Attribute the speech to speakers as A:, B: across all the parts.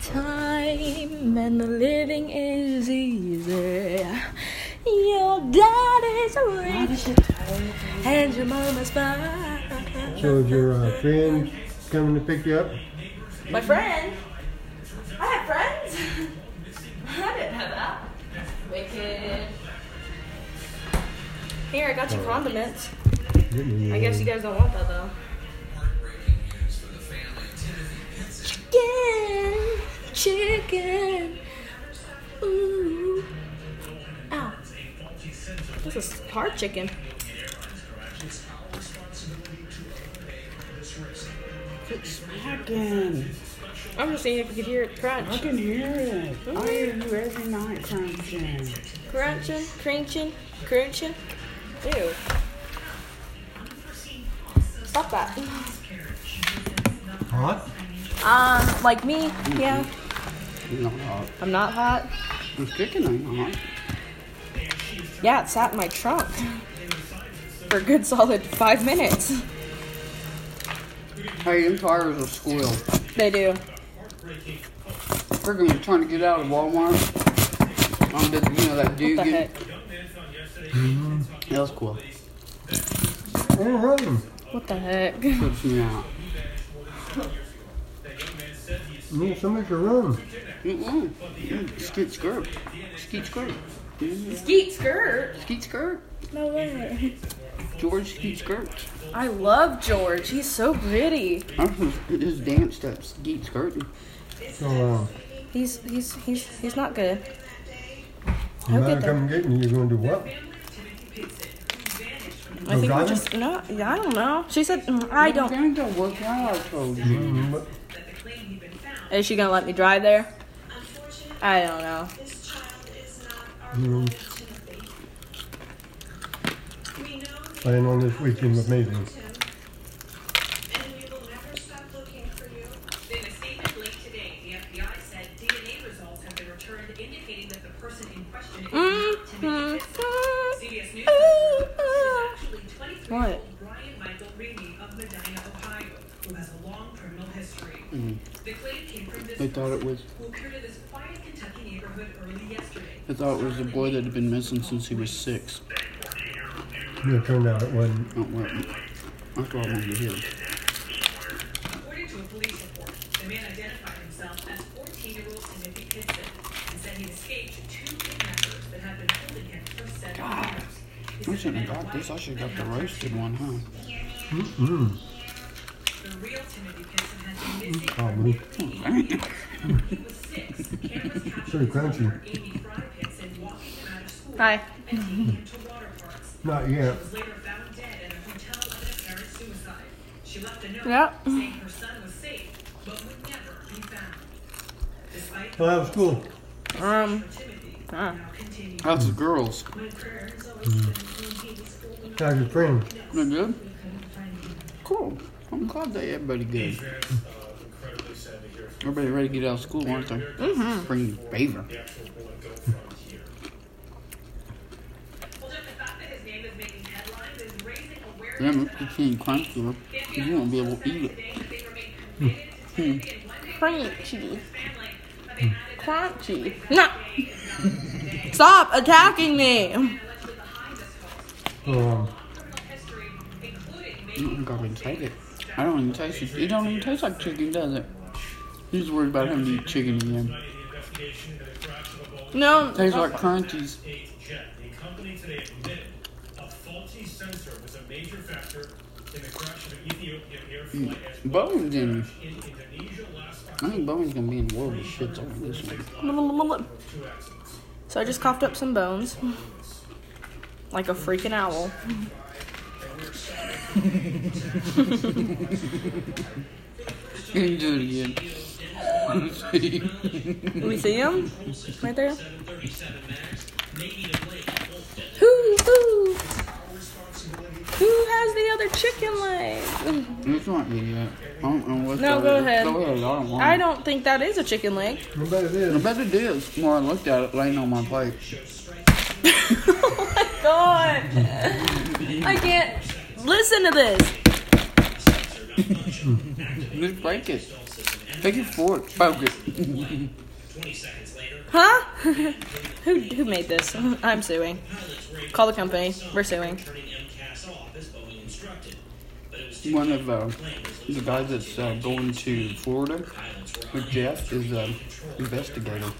A: Summertime and the living is easy. Your daddy's rich and your mama's fine.
B: So is your uh, friend coming to pick you up?
A: My friend? I have friends? I didn't have that. Wicked. Here, I got you condiments. I guess you guys don't want that though. Chicken, chicken. Ooh. Ow. This is hard chicken.
C: Smacking.
A: I'm just seeing if you could hear it
C: I
A: crunch.
C: can hear it. I hear you every night crunching.
A: Crunching, crunching, crunching. Ew. Stop that.
B: Hot?
A: Um, like me, yeah.
C: No, hot.
A: I'm not hot.
C: The chicken ain't hot.
A: Yeah, it sat in my trunk for a good solid five minutes.
C: Hey, them tires will squeal.
A: They do.
C: Freaking was trying to get out of Walmart. I'm just, you know, that dude.
A: What the
C: getting-
A: heck?
C: That was cool.
B: All right.
A: What the heck?
C: Puts me out.
B: Need somebody to run.
C: Mm-mm. Mm, Skeet skirt. Skeet skirt. Mm-hmm.
A: Skeet skirt.
C: Skeet skirt.
A: No way.
C: George Skeet skirt.
A: I love George. He's so pretty.
C: That's his, his dance step. Skeet skirt.
B: So uh,
A: He's he's he's he's not good.
B: when
A: get
B: I
A: that.
B: come get you, you're going to do what?
A: I think we're
B: driving?
A: just no. Yeah, I don't know. She said mm, I
C: You're
A: don't.
C: going to work out, I told you.
B: Mm, what-
A: Is she gonna let me drive there? I don't know.
B: you playing on this weekend with me. then.
D: and we will never stop looking for you.
E: In a statement late today, the FBI said DNA results have been returned indicating that the person in question is not
A: Hmm.
E: Timothy Kitson. CBS News actually 23-year-old Brian Michael Reedy of Medina, Ohio, who has a long criminal history. The claim came from this
C: They thought it
E: person
C: was.
E: who appeared in this quiet Kentucky neighborhood early yesterday.
C: I thought it was the boy that had been missing since he was six.
B: It turned out it wasn't.
C: Oh, wait. That's what I wanted to hear.
E: According to a police report, the man identified himself as 14-year-old Timothy Kitson and said he escaped two kidnappers that had been holding him for seven years. He
C: I
E: said the
C: shouldn't
E: men
C: have got this. I
E: wife
C: should have
E: and
C: got the
E: helped
C: roasted one, huh?
B: Mm,
E: The real Timothy Pinson has been missing for
B: Probably.
E: nearly eight years. When he was six, cameras captured
B: Pretty
E: his
B: crunchy.
E: mother, Amy Fry Pinson, walking him out of school
A: Hi.
E: and taking him to water parks.
B: Not
E: She
B: yet.
E: was later found dead at a hotel at a apparent suicide. She left a note
A: Yep.
E: saying her son was safe, but would never be found. Despite
B: Well, that was cool.
A: Um.
E: for Timothy,
A: ah.
E: now continue.
C: That's the girls.
E: My prayer has always been when he was old enough,
B: How's your friend?
C: They're
E: we
C: good?
E: couldn't find him.
C: Cool. I'm glad that everybody good. Everybody ready to get out of school, aren't they? Mm-hmm. Bring your favor.
E: Well, just the fact that his name is making headlines is raising awareness
C: Remember, it's in crunchy, you won't be able to eat it. Hmm.
A: Crunchy. Crunchy. No. Stop attacking me.
B: So, um,
C: I don't think I've even tasted it. I don't even taste it. It don't even taste like chicken, does it? He's worried about having to eat chicken again.
A: No.
C: Tastes like crunchies.
F: jet. The company today admitted a faulty sensor was a major factor in the crash of an Ethiopian air flight as
C: Bowen's in.
F: in Indonesia last
C: I think Bowen's gonna be in war with shits over this one.
A: So I just coughed up some bones. Like a freaking owl.
C: You can do it again.
A: We see him right there. Who who who has the other chicken leg?
C: This might be it. I don't know what
A: No,
C: that
A: go
C: is.
A: ahead.
C: Go ahead. I don't want
A: I don't think that is a chicken leg.
B: I bet it
C: I
B: is.
C: bet it is. The more I looked at it laying on my plate.
A: oh my god! I can't listen to this.
C: Just break it. Figure four. Oh, good.
F: 20 seconds later,
A: Huh? who who made this? I'm suing.
F: pilots were able
A: Call the company. We're suing.
F: turning MCAS off as Boeing instructed. But it was too
C: One of uh, the guys that's uh, going to Florida with Jeff is uh, investigator.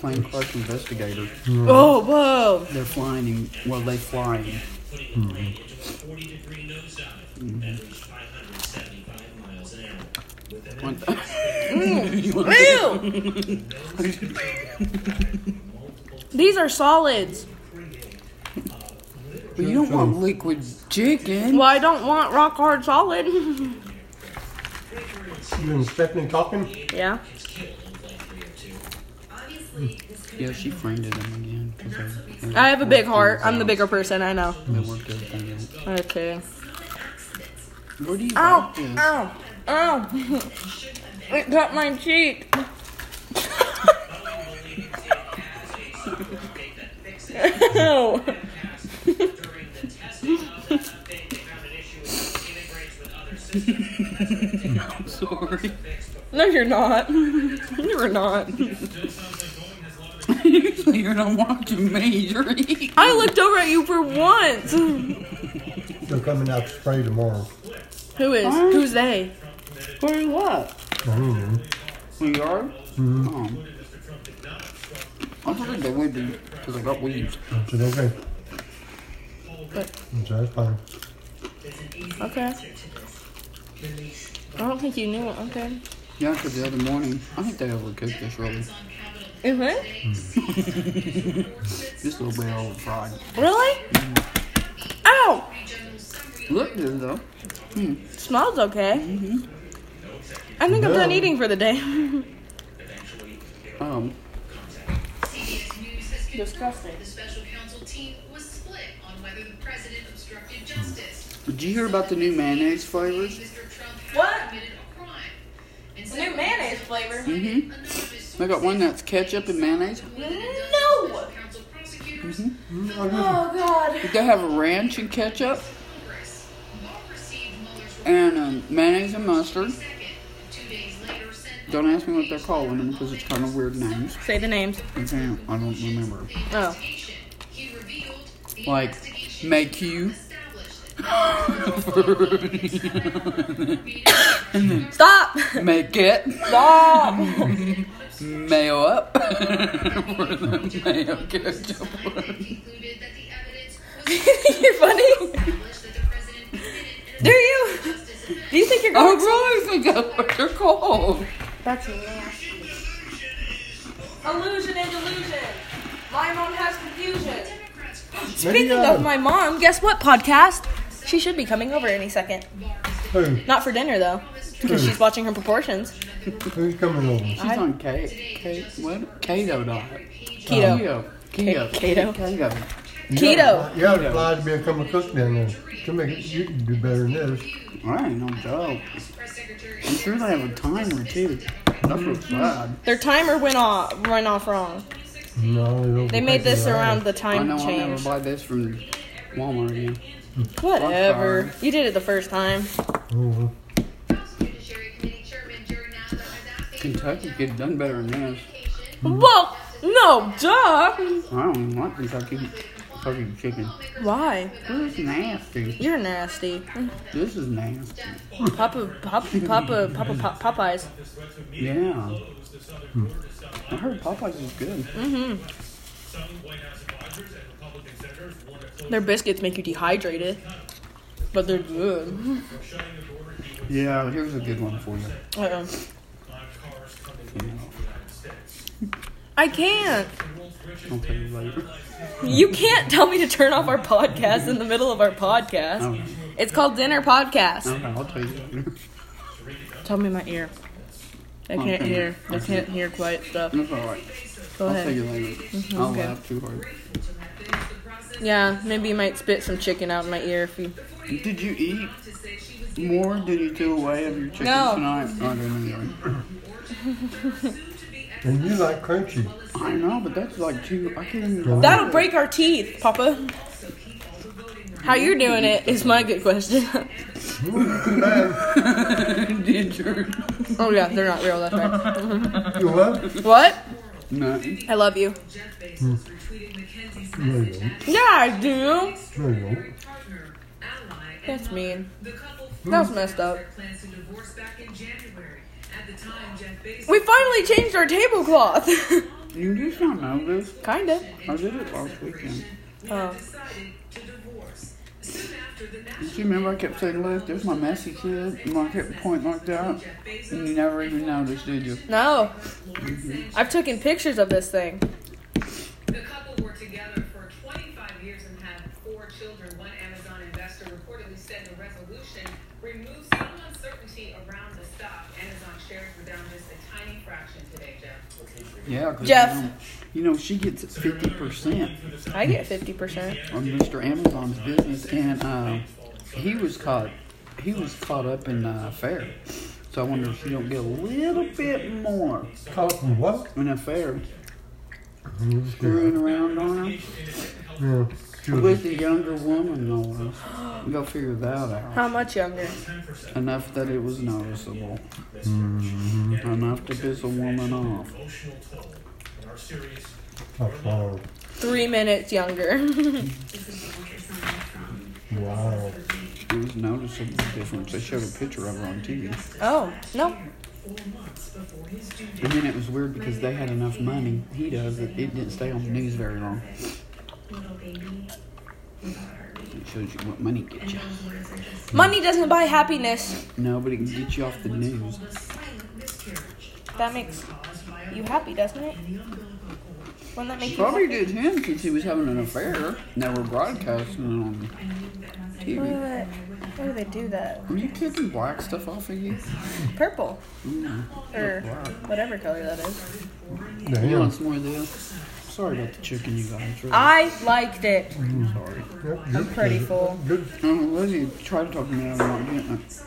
C: Plane crash investigator.
A: Oh, whoa.
C: They're flying. him- Well, they fly him.
F: putting the plane into a 40 degree nosedive that reached 575 miles an hour. With an
C: What
F: impact
A: Ew!
C: the-
A: These are solids.
C: but you don't want liquid chicken.
A: Well, I don't want rock hard solid.
B: You and Stephanie talking?
A: yeah.
C: Yeah, she friended him again. 'cause they-
A: I have a big heart. I'm the bigger person, I know.
C: They worked everything out.
A: Okay.
C: Where do you
A: Ow!
C: like this?
A: Ow! Ow! It got my cheek. Ow!
F: during the testing of that update, they found an issue with integrates with other systems.
C: I'm sorry.
A: No, you're not. You're not.
C: Usually you're not watching me. You're eating.
A: I looked over at you for once.
B: They're coming out to spray tomorrow.
A: Who is? Who's they?
C: For what?
B: I don't know.
C: We are? Um, I don't think they would be because I got weeds.
B: It's okay.
A: But-
B: It's all fine.
A: Okay. I don't think you knew it. Okay.
C: Yeah, because the other morning, I think they overcooked this really.
A: Is it?
C: This little bit over fried.
A: Really? Ow!
C: Look good though.
A: Smells okay.
C: Mm-hmm.
A: I think I'm done eating for the day.
C: Um,
E: CBS News has confirmed
A: Disgusting.
E: the special counsel team was split on whether the president obstructed justice.
C: did Hmm. you hear about the new mayonnaise flavors?
E: Mr. Trump had
A: What?
E: committed a crime. And so
A: New mayonnaise flavor.
E: hmm
C: I Mm-hmm. got one that's ketchup and mayonnaise. Mm-hmm.
A: No!
E: Counsel prosecutors,
A: Oh god.
C: They have a ranch and ketchup
E: Congress, all received Mueller's report
C: and um, mayonnaise and mustard.
E: second. Two days later, sent
C: Don't ask me what they're calling them because it's kind of weird names.
A: Say the names.
C: I can't, I don't remember.
A: Oh.
E: he revealed the
C: Like,
E: investigation
C: make you.
E: established
A: Stop!
C: Make it.
A: Stop!
C: Mayo up. Mayo ketchup.
E: concluded that the evidence was
A: you're funny.
E: established that the president committed an
A: Do you?
E: injustice offense.
A: Do you think you're
C: I
A: going
C: really think that's what they're called.
A: That's nasty. Oh. Illusion and delusion. My mom has confusion. Speaking
C: uh,
A: of my mom, guess what podcast? She should be coming over any second.
B: Who?
A: Not for dinner though, because she's watching her proportions.
B: Who's coming over?
C: She's on K. K. What? Keto diet.
A: Keto.
C: Keto.
A: Keto.
C: Keto. Keto.
A: Keto.
B: You gotta apply to become a cook down there. To make it, you can do better than this.
C: I ain't no joke. I'm sure they have a timer too. That's what's bad.
A: Their timer went off went off wrong.
B: No, they, don't
A: They made this
B: like it.
A: around the
C: I
A: time
C: know I'll never
A: change.
C: buy this from Walmart again.
A: Whatever.
C: Fuck
A: You did it the first time.
B: Mhm.
E: House Judiciary Committee Chairman Jerry Nadler has asked the
C: Kentucky could have done better than this.
E: application
A: Well, no, duh.
C: I don't even like Kentucky. Kentucky chicken.
A: Why?
C: This is nasty.
A: You're nasty.
C: This is nasty.
A: Papa, Papa, Papa, Papa, Pop- Popeyes.
C: Yeah. I heard Popeyes is good.
F: Some White House advisors and Republican senators warned that close
A: Their biscuits make you dehydrated, but they're good.
F: for shutting the border he would
C: Yeah, here's a good one for you.
A: Uh-uh.
F: on cars coming into the United States.
A: I can't.
C: I'll tell you later.
A: You can't tell me to turn off our podcast in the middle of our podcast.
C: Okay,
A: It's called Dinner Podcast.
C: okay, I'll tell you later.
A: Tell me my ear. I can't hear. I can't hear quiet stuff.
C: That's alright.
A: Go
C: I'll tell
A: ahead. Mm-hmm.
C: you later. I'll laugh too hard.
A: Yeah, maybe you might spit some chicken out in my ear if you.
C: Did you eat more? Did you do away of your chicken
A: No.
C: tonight? I don't know.
B: And you like crunchy.
C: I know, but that's like two. I can't even.
A: That'll break our teeth, Papa. How you're doing it is my good question.
B: Ooh, too bad.
C: Ginger.
A: Oh yeah, they're not real. That's right.
B: You what?
A: what?
C: No.
A: I love you.
E: Jeff Bezos retweeted Mackenzie's
B: There you
E: message
B: go.
E: at
A: Yeah, I do.
B: There you go.
E: partner, ally, and
A: That's
E: mother.
A: mean.
E: The couple
C: Hmm.
A: That was
E: first
A: messed up.
E: announced their plans to divorce back in January. At the time, Jeff Bezos
A: We finally changed our tablecloth.
C: You just don't know this.
A: Kinda.
C: I did it last weekend.
A: Oh.
E: decided to divorce. Soon after the
C: You
E: national
C: see, remember I kept saying, look, there's my messy kid. And I kept pointing like that. And you never even noticed, did you? Mm-hmm.
A: No, I've taken pictures of this thing.
E: The couple were together for 25 years and had four children. One Amazon investor reportedly said the resolution removes some uncertainty around the stock. Amazon shares were down just a tiny fraction today, Jeff.
C: Yeah. 'cause,
A: Jeff.
C: um, You know, she gets 50%
A: I get fifty percent.
C: on Mr. Amazon's business. And uh, he was caught. He was caught up in the affair. So I wonder if she don't get a little bit more
B: Caught in what?
C: in an affair.
B: Mm,
C: Screwing around on him.
B: Yeah.
C: With
B: Sure.
C: a younger woman, no. Go figure that out.
A: How much younger?
C: Enough that it was noticeable. Enough to piss a woman off.
F: Mm-hmm. Emotional toll on our series.
B: That's hard.
A: Three minutes younger.
B: Wow.
C: It was noticeable difference. They showed a picture of her on TV.
A: oh no.
C: And then it was weird because they had enough money, he does, that it didn't stay on the news very long. It shows you what money gets you.
A: Money doesn't buy happiness.
C: No, but it can get you off the news.
A: That makes you happy, doesn't it? Wouldn't that make you
C: Probably
A: happy?
C: did him since he was having an affair. They were broadcasting it on TV.
A: Why why do they do that?
C: Were you picking black stuff off of you?
A: Purple. Or
C: Wow.
A: whatever color that is.
C: You
B: Damn.
C: want some more of this? Sorry about the chicken, you guys. Really.
A: I liked it.
C: sorry.
B: Yep, good
A: pretty
B: kid.
A: full.
B: Good.
C: Um, Lizzie tried to talk me out of not getting it.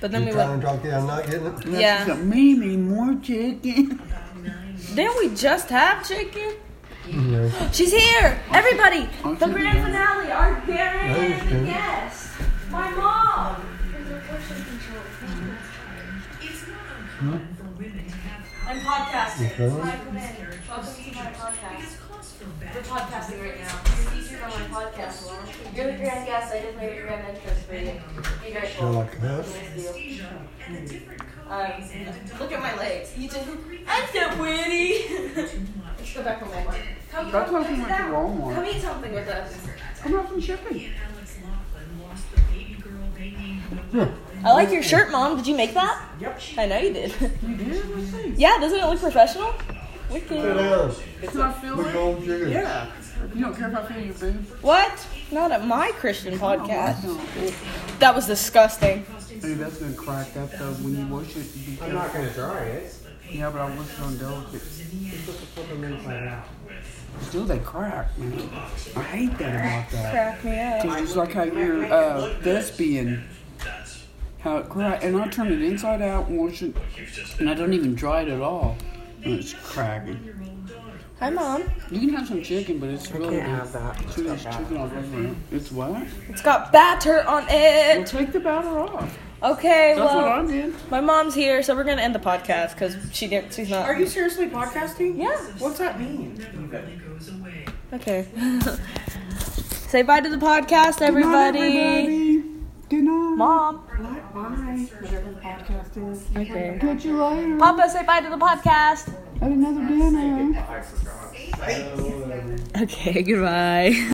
A: But then
B: You
A: we
B: trying
A: went.
B: to talk you out of not getting it?
C: And
A: Yeah.
C: She said, Mimi, more chicken.
A: Didn't we just have chicken?
B: Yeah.
A: She's here! Everybody!
C: Aren't
A: The
C: you
A: grand
C: the-
A: finale! Our
B: I
A: parents and
B: understand.
A: the guests! My mom!
E: It's not uncommon for women to have
A: I'm podcasting.
B: Okay.
A: Hi, come in. Welcome to my podcast.
E: calls for bad
A: We're podcasting right now. It's easier on my podcast, Lauren. You're the grand guest. I just made your grand entrance for you. Be
B: I
A: grateful.
B: like that.
A: Thank you.
E: anesthesia and the different
A: Um,
E: codes and
A: look at my legs. You just, I'm so witty.
E: too much.
A: Let's go back home, Walmart. Come,
C: That's why
A: come,
C: she went to Walmart.
A: come eat something with us.
C: Come out some chicken.
E: And Alex Laughlin lost the baby girl they named Noelle.
A: I like your shirt, Mom. Did you make that? Yep. I know you did.
C: You did? Let's see.
A: yeah, doesn't it look professional?
B: Sit
A: Wicked.
B: down.
C: It's not feeling.
B: Big old chicken.
C: Yeah. You don't care if I feel your boob?
A: What? Not at my Christian podcast.
C: No.
A: That was disgusting.
C: Hey, that's gonna crack up though when you wash it. You
G: I'm not gonna dry it.
C: Yeah, but I wash it on delicate.
G: You're supposed to flip them inside out.
C: Still, they crack, man. I hate that about that.
A: Crack me up.
C: 'Cause it's like how your uh, thespian, how it crack, and I turn it inside out and wash it, and I don't even dry it at all, and it's cracking.
A: Hi, Mom.
C: You can have some chicken, but it's really
G: can't have that.
C: It's really chicken all over it. It's what?
A: It's got batter on
C: Well,
A: it.
C: take the batter off.
A: Okay,
C: That's what
A: well,
C: I did.
A: my mom's here, so we're gonna end the podcast because she didn't. She's not.
G: Are you seriously podcasting?
A: Yeah.
G: What's that mean?
A: Okay. Say bye to the podcast, everybody.
C: everybody. Good night.
A: Mom.
G: What? Bye. Whatever the podcast is.
A: Okay.
C: Catch you later.
A: Papa, say bye to the podcast.
C: Have another dinner.
A: Okay. Goodbye.